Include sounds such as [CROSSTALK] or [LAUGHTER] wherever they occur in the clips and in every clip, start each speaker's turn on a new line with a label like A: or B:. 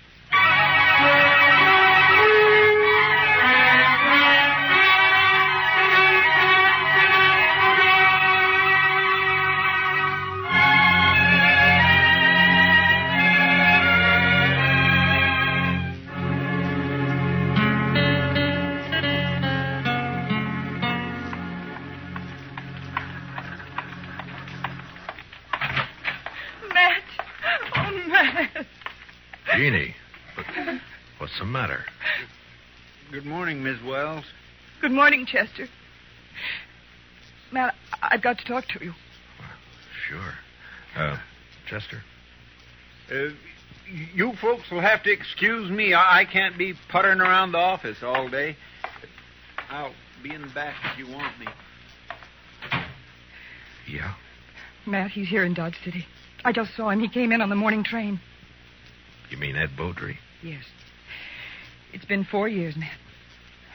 A: Matt. Oh, Matt.
B: Jeannie, but what's the matter?
C: Good morning, Miss Wells.
A: Good morning, Chester. Matt, I- I've got to talk to you.
B: Sure. Uh, Chester?
C: Uh, you folks will have to excuse me. I, I can't be puttering around the office all day. I'll be in the back if you want me.
B: Yeah?
A: Matt, he's here in Dodge City. I just saw him. He came in on the morning train.
B: You mean Ed Beaudry?
A: Yes. It's been four years, Matt.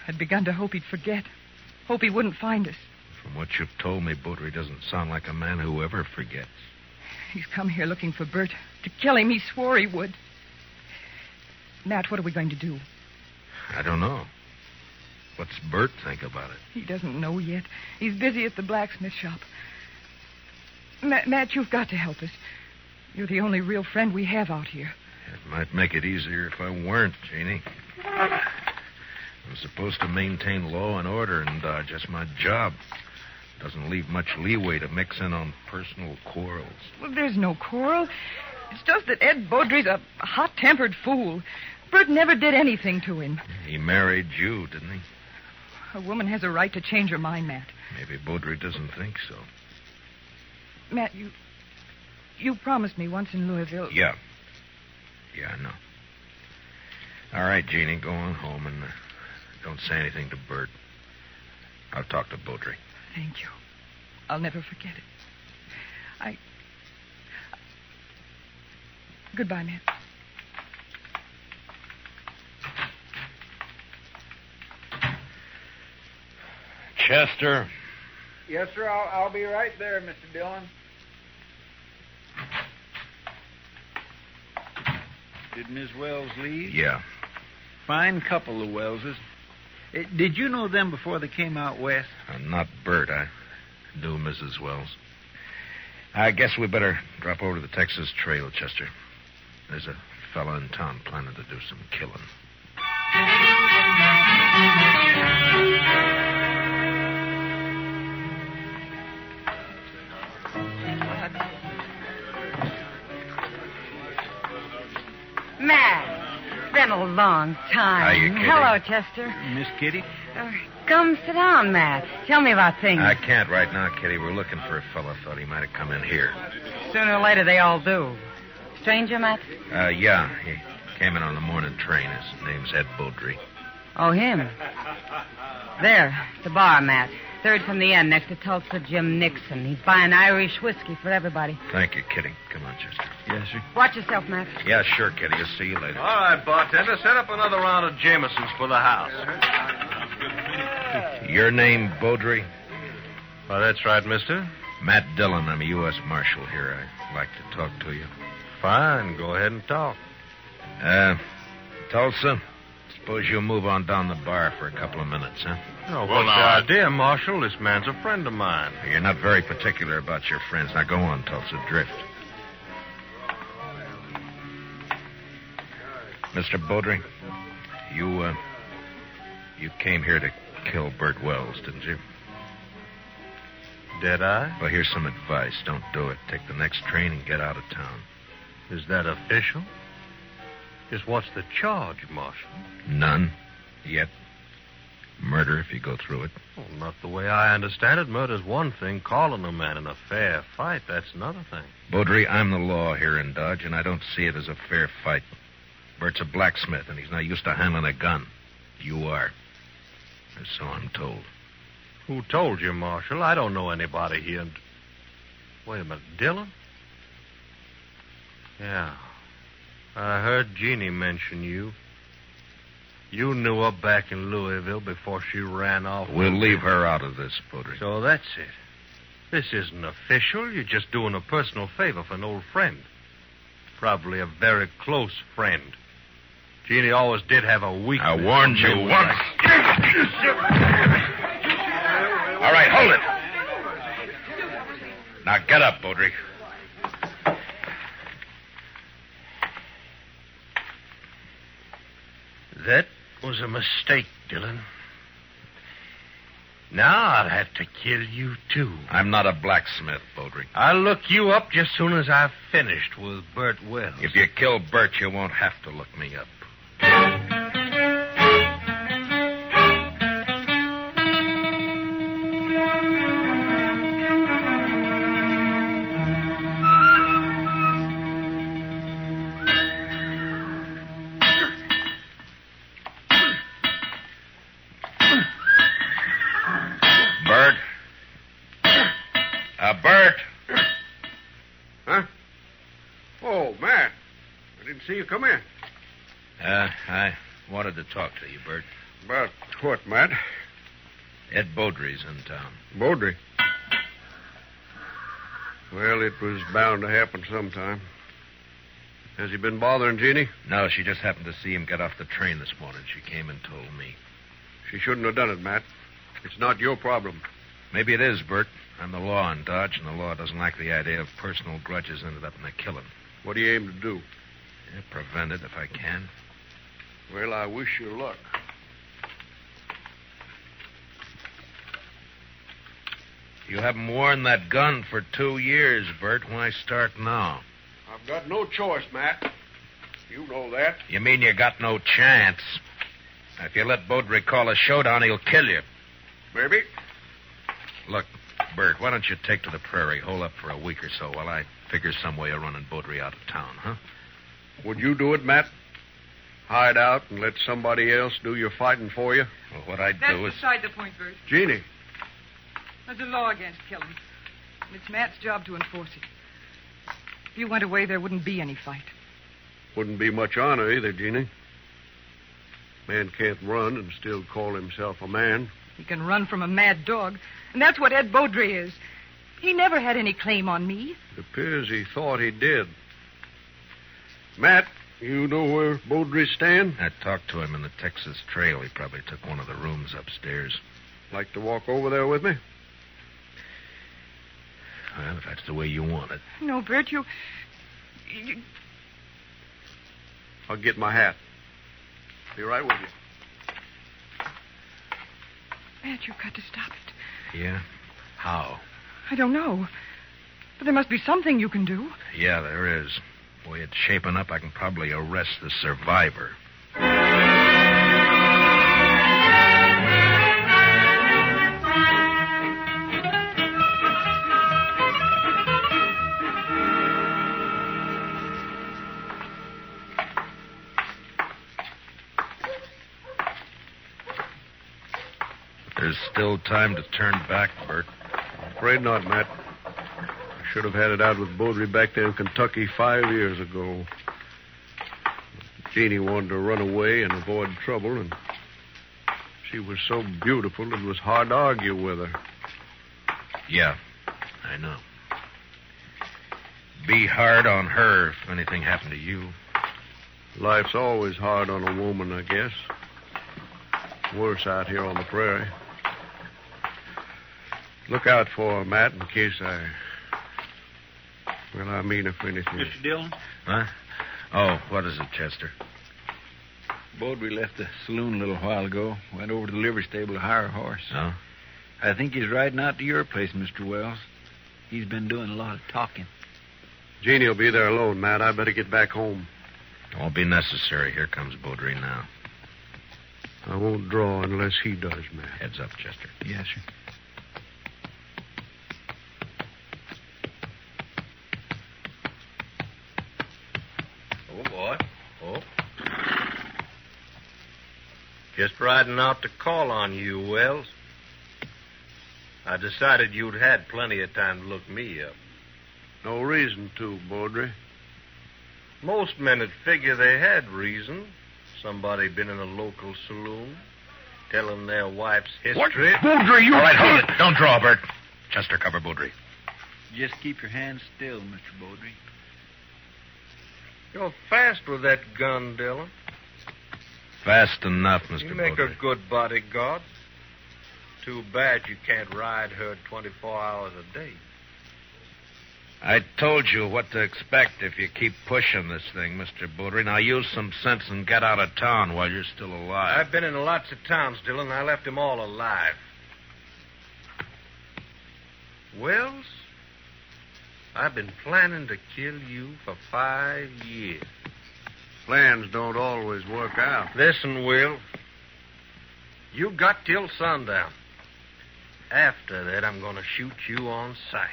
A: I'd begun to hope he'd forget. Hope he wouldn't find us.
B: From what you've told me, Beaudry doesn't sound like a man who ever forgets.
A: He's come here looking for Bert. To kill him, he swore he would. Matt, what are we going to do?
B: I don't know. What's Bert think about it?
A: He doesn't know yet. He's busy at the blacksmith shop. Ma- Matt, you've got to help us. You're the only real friend we have out here.
B: It might make it easier if I weren't, Jeannie. I'm supposed to maintain law and order in Dodge. That's my job. Doesn't leave much leeway to mix in on personal quarrels.
A: Well, there's no quarrel. It's just that Ed Beaudry's a hot tempered fool. Bert never did anything to him.
B: He married you, didn't he?
A: A woman has a right to change her mind, Matt.
B: Maybe Beaudry doesn't think so.
A: Matt, you. You promised me once in Louisville.
B: Yeah. Yeah, I know. All right, Jeannie, go on home and uh, don't say anything to Bert. I'll talk to Beaudry.
A: Thank you. I'll never forget it. I. Goodbye, Matt.
B: Chester.
C: Yes, sir. I'll, I'll be right there, Mr. Dillon. Did Miss Wells leave?
B: Yeah.
C: Fine couple, the Wellses. Uh, Did you know them before they came out west?
B: I'm not Bert. I do, Mrs. Wells. I guess we better drop over to the Texas Trail, Chester. There's a fella in town planning to do some killing.
D: Matt, it's been a long time.
B: Hiya, Kitty.
D: Hello, Chester.
C: Miss Kitty?
D: Uh, come sit down, Matt. Tell me about things.
B: I can't right now, Kitty. We're looking for a fella. Thought he might have come in here.
D: Sooner or later, they all do. Stranger, Matt?
B: Uh, yeah. He came in on the morning train. His name's Ed Beaudry.
D: Oh, him. There, at the bar, Matt. Third from the end, next to Tulsa Jim Nixon. He's buying Irish whiskey for everybody.
B: Thank you, Kitty. Come on, Chester.
C: Yes, sir.
D: Watch yourself, Matt.
B: Yeah, sure, Kitty. I'll see you later.
E: All right, bartender, set up another round of Jameson's for the house.
B: Your name, Beaudry?
E: Well, that's right, mister.
B: Matt Dillon. I'm a U.S. Marshal here. I'd like to talk to you.
E: Fine, go ahead and talk.
B: Uh, Tulsa, suppose you move on down the bar for a couple of minutes, huh?
E: No, what's the idea, Marshal? This man's a friend of mine.
B: You're not very particular about your friends. Now go on, Tulsa. Drift. Mr. Beaudry, you, uh, you came here to kill Bert Wells, didn't you?
E: Did I?
B: Well, here's some advice. Don't do it. Take the next train and get out of town.
E: Is that official? Just what's the charge, Marshal?
B: None. Yet. Murder if you go through it.
E: Well, not the way I understand it. Murder's one thing. Calling a man in a fair fight, that's another thing.
B: Beaudry, I'm the law here in Dodge, and I don't see it as a fair fight. Bert's a blacksmith, and he's not used to handling a gun. You are. Or so I'm told.
E: Who told you, Marshal? I don't know anybody here. in- Wait a minute. Dylan? Yeah. I heard Jeannie mention you. You knew her back in Louisville before she ran off.
B: We'll leave her out of this, Beaudry.
E: So that's it. This isn't official. You're just doing a personal favor for an old friend. Probably a very close friend. Jeannie always did have a weakness.
B: I warned you
E: Maybe-
B: once. All right, hold it. Now get up, Baudry.
E: That was a mistake, Dylan. Now I'll have to kill you, too.
B: I'm not a blacksmith, Baudry.
E: I'll look you up just soon as I've finished with Bert Wells.
B: If you kill Bert, you won't have to look me up. Bert? Uh, Bert?
F: Huh? Oh, Matt. I didn't see you come in.
B: Uh, I wanted to talk to you, Bert.
F: About what, Matt?
B: Ed Beaudry's in town.
F: Baudry. Well, it was bound to happen sometime. Has he been bothering Jeannie?
B: No, she just happened to see him get off the train this morning. She came and told me.
F: She shouldn't have done it, Matt. It's not your problem.
B: Maybe it is, Bert. I'm the law in Dodge, and the law doesn't like the idea of personal grudges ended up in a killing.
F: What do you aim to do?
B: Yeah, prevent it if I can.
F: Well, I wish you luck.
B: You haven't worn that gun for two years, Bert. Why start now?
F: I've got no choice, Matt. You know that.
B: You mean you got no chance? If you let Baudry call a showdown, he'll kill you.
F: Maybe.
B: Look, Bert, why don't you take to the prairie, hole up for a week or so while I figure some way of running Baudry out of town, huh?
F: Would you do it, Matt? Hide out and let somebody else do your fighting for you?
B: Well, what I'd
A: That's
B: do is...
A: beside the point, Bert.
F: Jeannie.
A: There's a law against killing. And it's Matt's job to enforce it. If you went away, there wouldn't be any fight.
F: Wouldn't be much honor either, Jeannie. Man can't run and still call himself a man.
A: He can run from a mad dog. And that's what Ed Beaudry is. He never had any claim on me.
F: It appears he thought he did. Matt, you know where Beaudry stand?
B: I talked to him in the Texas Trail. He probably took one of the rooms upstairs.
F: Like to walk over there with me?
B: Well, if that's the way you want it.
A: No, Bert, you. you
F: I'll get my hat. Be right with you.
A: Matt, you've got to stop it.
B: Yeah? How?
A: I don't know. But there must be something you can do.
B: Yeah, there is. The way it's shaping up, I can probably arrest the survivor. There's still time to turn back, Bert.
F: Afraid not, Matt. I should have had it out with Beaudry back there in Kentucky five years ago. Jeannie wanted to run away and avoid trouble, and she was so beautiful it was hard to argue with her.
B: Yeah, I know. Be hard on her if anything happened to you.
F: Life's always hard on a woman, I guess. Worse out here on the prairie. Look out for her, Matt, in case I. Well, I mean, if anything.
G: Dillon?
B: Huh? Oh, what is it, Chester?
G: Baudry left the saloon a little while ago. Went over to the livery stable to hire a horse.
B: No?
G: I think he's riding out to your place, Mr. Wells. He's been doing a lot of talking.
F: Jeannie will be there alone, Matt. I better get back home.
B: Won't be necessary. Here comes Baudry now.
F: I won't draw unless he does, Matt.
B: Heads up, Chester.
G: Yes, sir.
E: Oh, boy. Oh. Just riding out to call on you, Wells. I decided you'd had plenty of time to look me up.
F: No reason to, Baudry.
E: Most men would figure they had reason. Somebody been in a local saloon, telling their wife's history.
B: Baudry, you. All right, hold it. Don't draw, Bert. Chester, cover Baudry.
G: Just keep your hands still, Mr. Beaudry.
E: You're fast with that gun, Dillon.
B: Fast enough, Mr.
E: You make
B: Baudry.
E: a good bodyguard. Too bad you can't ride her 24 hours a day.
B: I told you what to expect if you keep pushing this thing, Mr. Baudry. Now use some sense and get out of town while you're still alive.
E: I've been in lots of towns, Dillon. I left them all alive. Wells, I've been planning to kill you for five years.
F: Plans don't always work out.
E: Listen, Will. You got till sundown. After that, I'm going to shoot you on sight.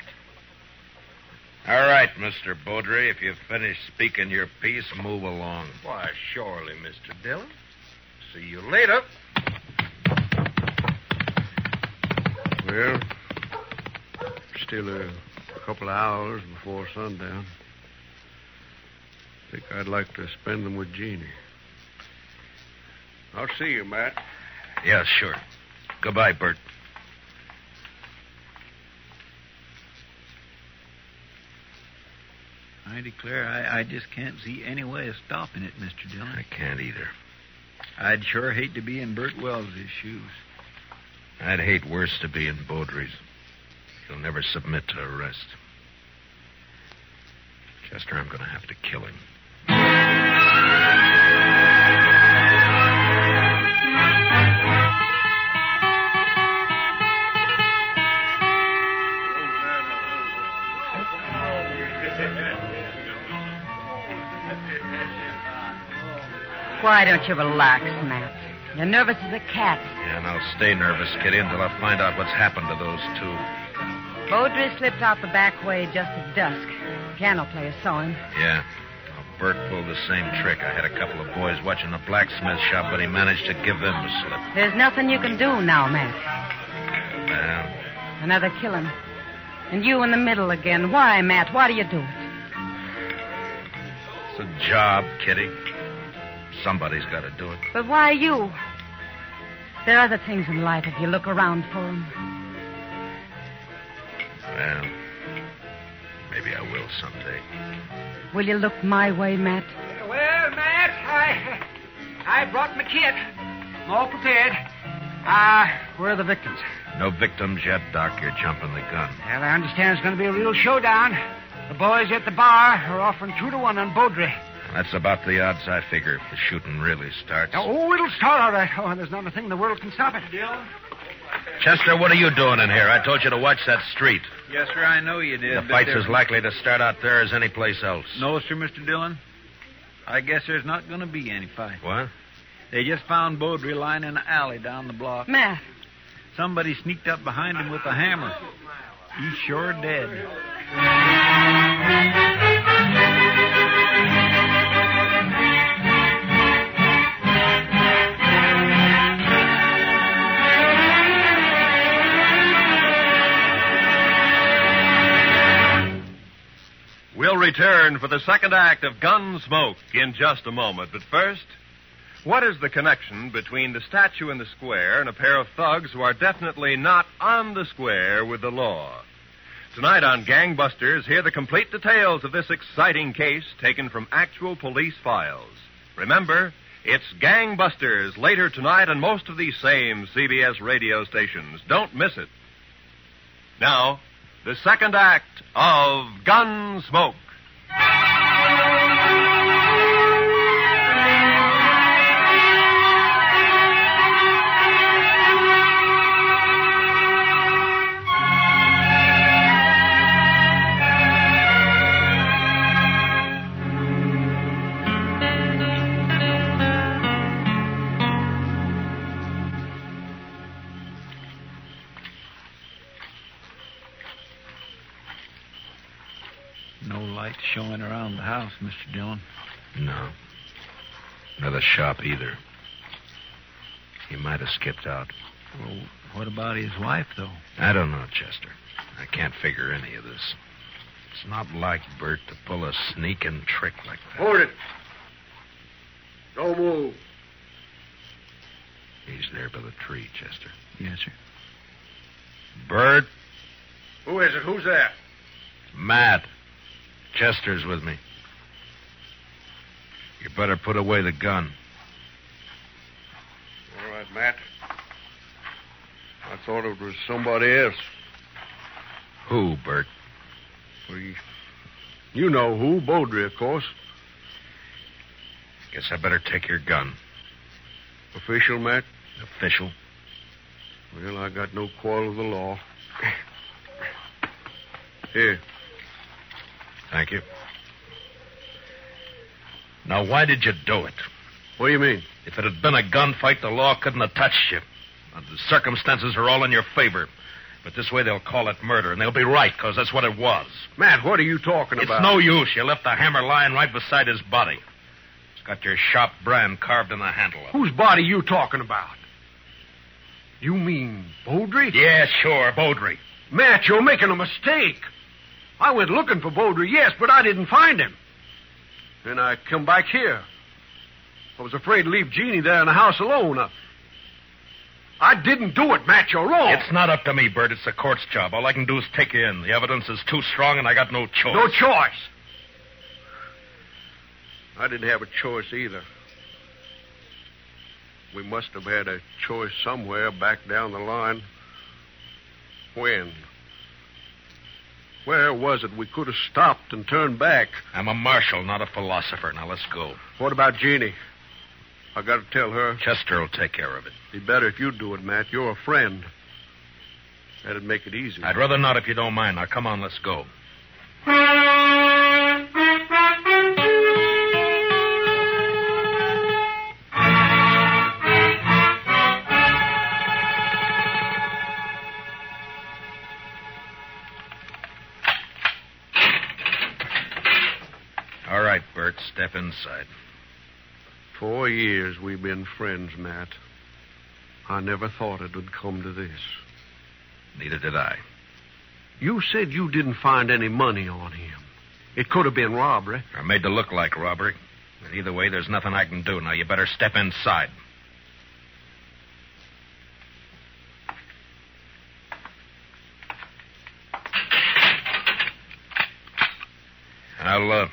B: All right, Mr. Baudry. If you've finished speaking your piece, move along.
E: Why, surely, Mr. Dillon. See you later.
F: Well, still
E: uh,
F: a couple of hours before sundown. Think I'd like to spend them with Jeannie. I'll see you, Matt.
B: Yeah, sure. Goodbye, Bert.
G: I declare, I, I just can't see any way of stopping it, Mr. Dillon.
B: I can't either.
G: I'd sure hate to be in Bert Wells' shoes.
B: I'd hate worse to be in Baudry's. He'll never submit to arrest. Chester, I'm going to have to kill him.
D: Why don't you relax, Matt? You're nervous as a cat.
B: And I'll stay nervous, Kitty, until I find out what's happened to those two.
D: Baudry slipped out the back way just at dusk. Piano player saw him.
B: Yeah. Well, Bert pulled the same trick. I had a couple of boys watching the blacksmith shop, but he managed to give them a slip.
D: There's nothing you can do now, Matt.
B: Well,
D: Another killing. And you in the middle again. Why, Matt? Why do you do it?
B: it's a job, Kitty. Somebody's got to do it.
D: But why you? There are other things in life if you look around for them.
B: Well, maybe I will someday.
D: Will you look my way, Matt?
A: Well, Matt, I I brought my kit. I'm all prepared. Uh, where are the victims?
B: No victims yet, Doc. You're jumping the gun.
A: Well, I understand it's going to be a real showdown. The boys at the bar are offering two to one on Baudry.
B: That's about the odds I figure if the shooting really starts.
A: Oh, it'll start all right. Oh, there's not a thing in the world can stop it. Dillon?
B: Chester, what are you doing in here? I told you to watch that street.
C: Yes, sir, I know you did.
B: The
C: but
B: fight's
C: there-
B: as likely to start out there as any place else.
G: No, sir, Mr. Dillon. I guess there's not going to be any fight.
B: What?
G: They just found Baudry lying in an alley down the block.
D: Matt,
G: Somebody sneaked up behind him with a hammer. He's sure dead.
H: We'll return for the second act of Gunsmoke in just a moment. But first, what is the connection between the statue in the square and a pair of thugs who are definitely not on the square with the law? Tonight on Gangbusters, hear the complete details of this exciting case taken from actual police files. Remember, it's Gangbusters later tonight on most of these same CBS radio stations. Don't miss it. Now, the second act of Gunsmoke.
G: No light showing around the house, Mr. Dillon.
B: No. Not a shop either. He might have skipped out.
G: Well, what about his wife, though?
B: I don't know, Chester. I can't figure any of this. It's not like Bert to pull a sneaking trick like that.
F: Hold it. Don't move.
B: He's there by the tree, Chester.
G: Yes, sir.
B: Bert,
F: Who is it? Who's there?
B: Matt, Chester's with me. You better put away the gun.
F: All right, Matt. I thought it was somebody else.
B: Who, Bert?
F: We, you know who? Beaudry, of course.
B: Guess I better take your gun.
F: Official, Matt.
B: Official.
F: Well, I got no quarrel with the law. Here,
B: Thank you. Now, why did you do it?
F: what do you mean?
B: If it had been a gunfight, the law couldn't have touched you. Now, The circumstances are all in your favor. But this way they'll call it murder, and they'll be right, because that's what it was.
F: Matt, what are you talking
B: It's
F: about?
B: no use. You left the hammer lying right beside his body. It's got your sharp brand carved in the handle of it.
F: Whose body you talking about? You mean Beaudry?
B: Yeah, sure, Beaudry.
F: Matt, you're making a mistake. I went looking for Beaudry, yes, but I didn't find him. Then I come back here. I was afraid to leave Jeannie there in the house alone. I, I didn't do it, Matt. You're wrong.
B: It's not up to me, Bert. It's the court's job. All I can do is take you in. The evidence is too strong, and I got no choice.
F: no choice. I didn't have a choice either. We must have had a choice somewhere back down the line. When? Where was it we could have stopped and turned back?
B: I'm a marshal, not a philosopher. Now let's go.
F: What about Jeannie? I gotta tell her.
B: Chester will take care of it.
F: It'd be better if you do it, Matt. You're a friend. That'd make it easy.
B: I'd rather not if you don't mind. Now come on, let's go. All right, Bert, step inside.
F: Four years we've been friends, Matt. I never thought it would come to this.
B: Neither did I.
F: You said you didn't find any money on him. It could have been robbery.
B: I'm made to look like robbery. But either way, there's nothing I can do. Now you better step inside. I'll uh,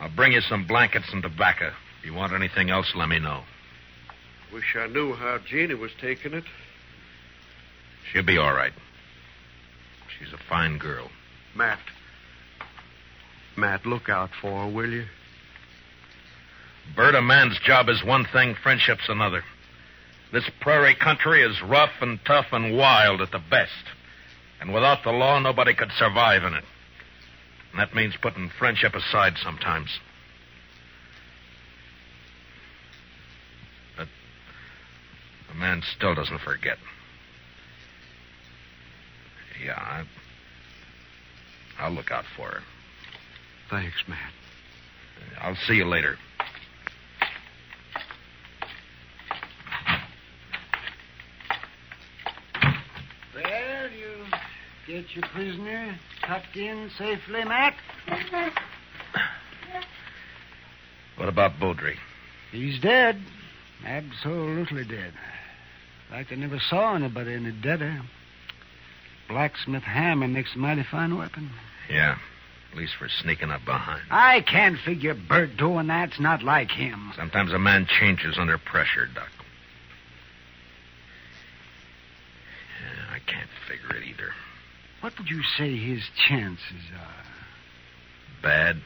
B: I'll bring you some blankets and tobacco. If you want anything else, let me know.
F: Wish I knew how Jeannie was taking it.
B: She'll be all right. She's a fine girl.
F: Matt. Matt, look out for her, will you?
B: Bert, a man's job is one thing, friendship's another. This prairie country is rough and tough and wild at the best. And without the law, nobody could survive in it. And that means putting friendship aside sometimes. But a man still doesn't forget. Yeah, I, I'll look out for her.
F: Thanks, Matt.
B: I'll see you later.
I: Well, you get your prisoner tucked in safely, Matt.
B: What about Beaudry?
I: He's dead. Absolutely dead. Like I never saw anybody any deader. Blacksmith hammer makes a mighty fine weapon.
B: Yeah. At least for sneaking up behind.
I: I can't figure Bert doing that's not like him.
B: Sometimes a man changes under pressure, Doc. Yeah, I can't figure it either.
I: What would you say his chances are?
B: Bad.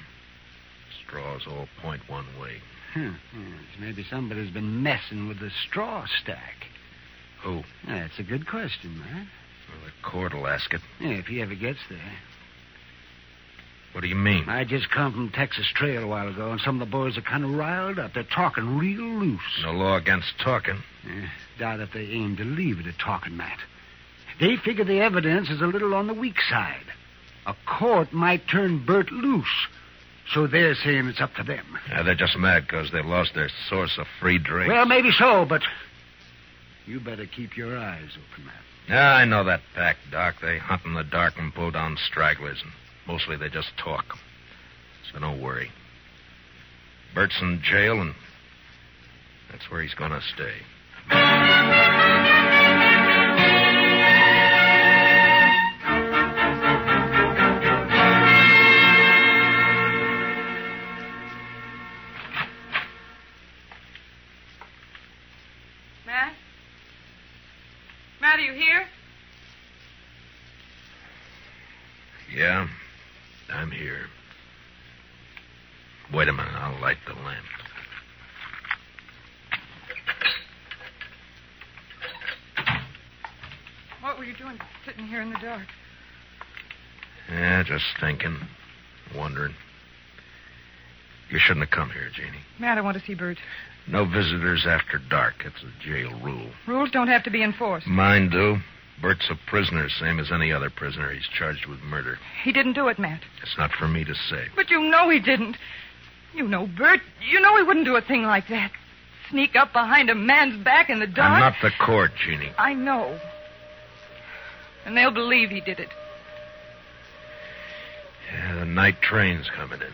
B: Straws all point one way.
I: Huh. Yes, maybe somebody's been messing with the straw stack.
B: Who? Well,
I: That's a good question, Matt.
B: the court will ask it.
I: Yeah, if he ever gets there.
B: What do you mean?
I: I just come from Texas Trail a while ago, and some of the boys are kind of riled up. They're talking real loose.
B: No law against talking.
I: Eh, doubt if they aim to leave it at talking, Matt. They figure the evidence is a little on the weak side. A court might turn Bert loose. So they're saying it's up to them.
B: Yeah, they're just mad because they lost their source of free drink.
I: Well, maybe so, but you better keep your eyes open, Matt.
B: Yeah, I know that pack, Doc. They hunt in the dark and pull down stragglers, and mostly they just talk. So don't worry. Bert's in jail, and that's where he's going to stay.
A: Matt? Matt, are you here?
B: Yeah, I'm here. Wait a minute, I'll light the lamp.
A: What were you doing sitting here in the dark?
B: Yeah, just thinking, wondering. You shouldn't have come here, Jeannie.
A: Matt, I want to see Bert.
B: No visitors after dark. It's a jail rule.
A: Rules don't have to be enforced.
B: Mine do. Bert's a prisoner, same as any other prisoner. He's charged with murder.
A: He didn't do it, Matt.
B: It's not for me to say.
A: But you know he didn't. You know Bert. You know he wouldn't do a thing like that. Sneak up behind a man's back in the dark.
B: I'm not the court, Jeannie.
A: I know. And they'll believe he did it.
B: Yeah, the night train's coming in.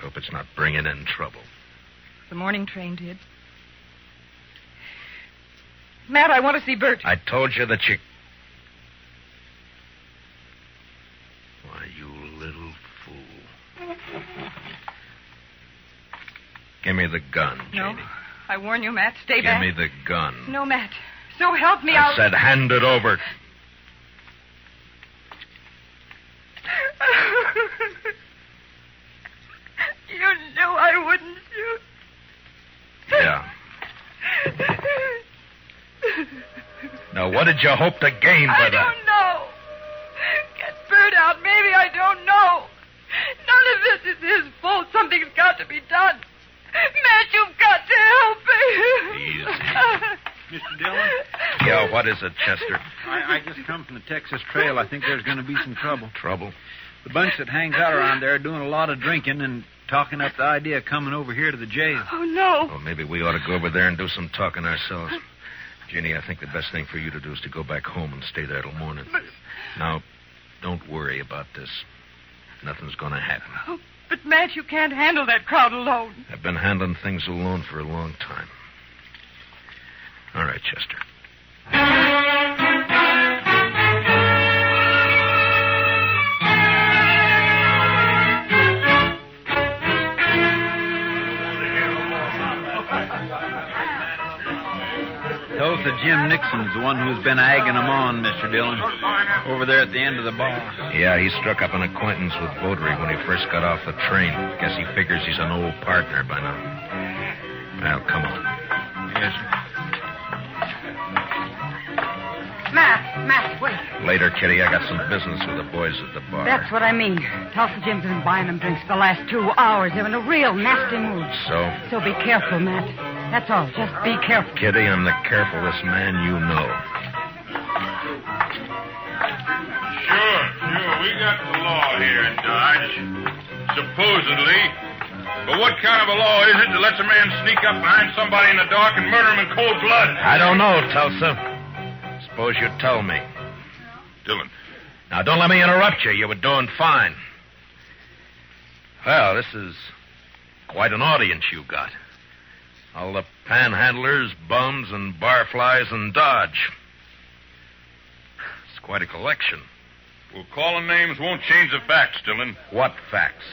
B: Hope it's not bringing in trouble.
A: The morning train did. Matt, I want to see Bert.
B: I told you that you. Why, you little fool. Give me the gun,
A: no.
B: Janie.
A: I warn you, Matt. Stay
B: Give
A: back.
B: me the gun.
A: No, Matt. So help me,
B: I
A: will
B: said hand it over.
A: [LAUGHS] you knew I wouldn't shoot.
B: Yeah.
A: [LAUGHS]
B: Now, what did you hope to gain by
A: I
B: that?
A: don't know. Get Bert out. Maybe I don't know. None of this is his fault. Something's got to be done. Matt, you've got to help me.
G: Mr. Dillon?
B: Yeah, what is it, Chester?
G: I, I just come from the Texas Trail. I think there's going to be some trouble.
B: Trouble?
G: The bunch that hangs out around there are doing a lot of drinking and talking up the idea of coming over here to the jail.
A: Oh, no.
B: Well, maybe we ought to go over there and do some talking ourselves. Ginny, I think the best thing for you to do is to go back home and stay there till morning. Now, don't worry about this. Nothing's going to happen.
A: Oh, but, Matt, you can't handle that crowd alone.
B: I've been handling things alone for a long time. All right, Chester.
G: Tulsa Jim Nixon's the one who's been egging 'em on, Mr. Dillon. Over there at the end of the bar.
B: Yeah, he struck up an acquaintance with Beaudry when he first got off the train. Guess he figures he's an old partner by now. Well, come on.
G: Yes, sir.
D: Matt, Matt, wait.
B: Later, Kitty, I got some business with the boys at the bar.
D: That's what I mean. Tulsa Jim's been buying them drinks the last two hours. They're in a real nasty mood.
B: So,
D: So be careful, Matt. That's all. Just be careful.
B: Kitty, I'm the carefulest man you know.
J: Sure, sure. We got the law here in Dodge. Supposedly. But what kind of a law is it that lets a man sneak up behind somebody in the dark and murder him in cold blood?
B: I don't know, Tulsa. Suppose you tell me.
J: Dillon.
B: Now, don't let me interrupt you. You were doing fine. Well, this is quite an audience you got. All the panhandlers, bums, and barflies and Dodge. It's quite a collection.
J: Well, calling names won't change the facts, Dillon.
B: What facts?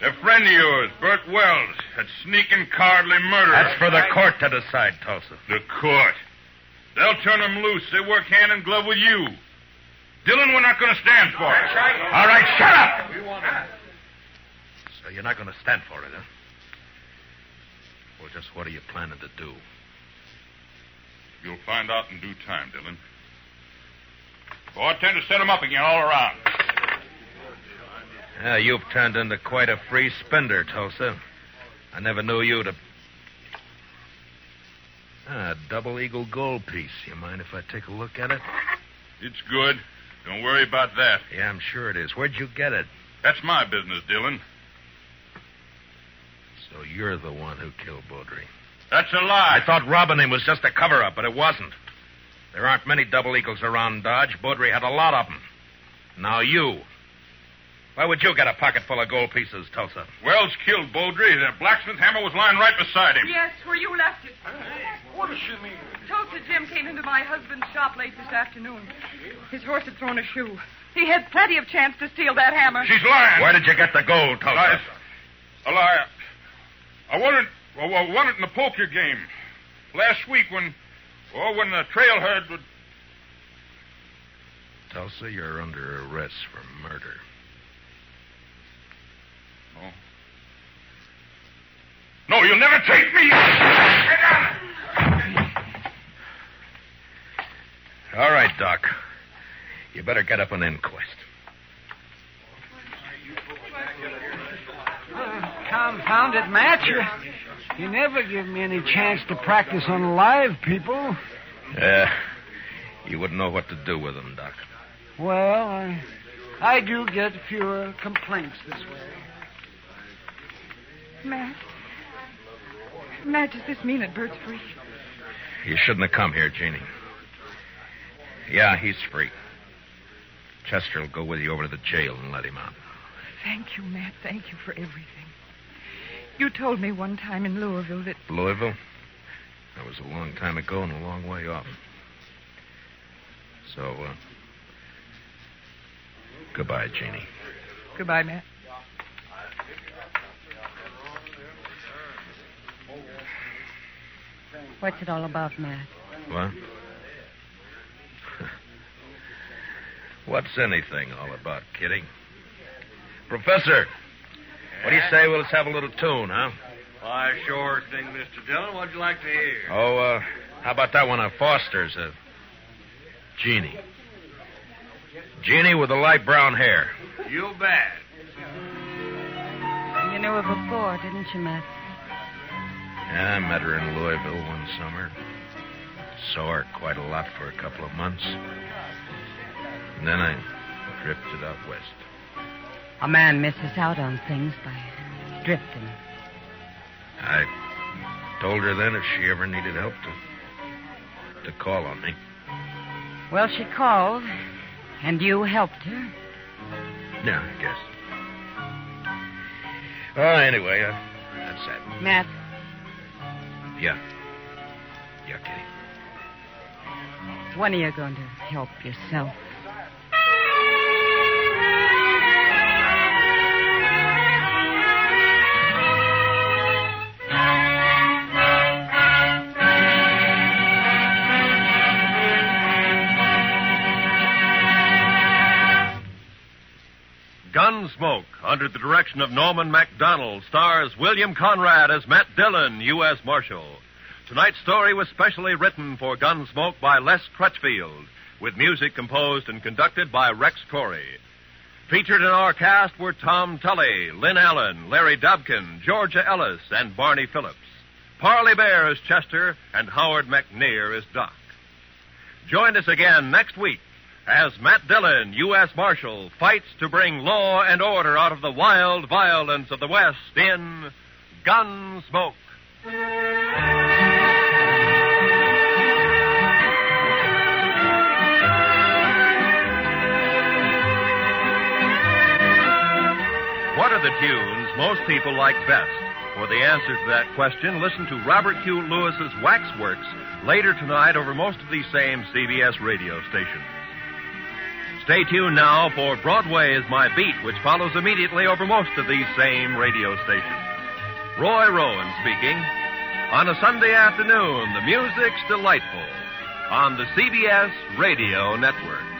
J: A friend of yours, Bert Wells, that sneaking, cowardly murderer.
B: That's for the court to decide, Tulsa.
J: The court. They'll turn him loose. They work hand in glove with you. Dillon, we're not going to stand for it.
B: All right, shut up! So you're not going to stand for it, huh? Well, just what are you planning to do?
J: You'll find out in due time, Dillon. Bartender, set him up again all around.
B: Yeah, you've turned into quite a free spender, Tulsa. I never knew you to. Ah, double eagle gold piece. You mind if I take a look at it?
J: It's good. Don't worry about that.
B: Yeah, I'm sure it is. Where'd you get it?
J: That's my business, Dillon.
B: So you're the one who killed Baudry.
J: That's a lie.
B: I thought robbing him was just a cover up, but it wasn't. There aren't many double eagles around Dodge. Baudry had a lot of them. Now you. Why would you get a pocket full of gold pieces, Tulsa?
J: Wells killed Baudry. The blacksmith hammer was lying right beside him.
A: Yes, where you left it.
F: What does she mean?
A: Tulsa Jim came into my husband's shop late this afternoon. His horse had thrown a shoe. He had plenty of chance to steal that hammer.
J: She's lying.
B: Where did you get the gold, Tulsa?
J: I, a lie. I won it. I won it in the poker game last week when, oh, when the trail herd would.
B: Tulsa, you're under arrest for murder.
J: Oh. No, you'll never take me. Get down.
B: All right, Doc. You better get up an inquest.
I: Confound it, Matt. You, you never give me any chance to practice on live people.
B: Yeah. Uh, You wouldn't know what to do with them, Doc.
I: Well, I, I do get fewer complaints this way.
A: Matt. Matt, does this mean that Bert's free?
B: You shouldn't have come here, Jeannie. Yeah, he's free. Chester will go with you over to the jail and let him out.
A: Thank you, Matt. Thank you for everything. You told me one time in Louisville that.
B: Louisville? That was a long time ago and a long way off. So, uh, goodbye, Jeannie.
A: Goodbye, Matt.
D: What's it all about, Matt?
B: What? [LAUGHS] What's anything all about, Kitty? Professor, what do you say we'll just have a little tune, huh?
E: Why, sure thing, Mr. Dillon. What'd you like to hear?
B: Oh, uh, how about that one of Foster's? Uh, Jeannie. Jeannie with the light brown hair.
E: You bet.
D: You knew her before, didn't you, Matt?
B: Yeah, I met her in Louisville one summer. Saw her quite a lot for a couple of months. And then I drifted out west.
D: A man misses out on things by drifting.
B: I told her then if she ever needed help to to call on me.
D: Well, she called, and you helped her.
B: Yeah, I guess. Oh, anyway, uh, that's that.
D: Matt,
B: Yeah. Yeah, Kitty.
D: when are you going to help yourself?
H: Gunsmoke, under the direction of Norman MacDonald, stars William Conrad as Matt Dillon, U.S. Marshal. Tonight's story was specially written for Gunsmoke by Les Crutchfield, with music composed and conducted by Rex Corey. Featured in our cast were Tom Tully, Lynn Allen, Larry Dobkin, Georgia Ellis, and Barney Phillips. Parley Bear is Chester, and Howard McNear is Doc. Join us again next week as Matt Dillon, U.S. Marshal, fights to bring law and order out of the wild violence of the West in Gunsmoke. What are the tunes most people like best? For the answer to that question, listen to Robert Q. Lewis's Waxworks later tonight over most of these same CBS radio stations. Stay tuned now for Broadway is My Beat, which follows immediately over most of these same radio stations. Roy Rowan speaking. On a Sunday afternoon, the music's delightful on the CBS Radio Network.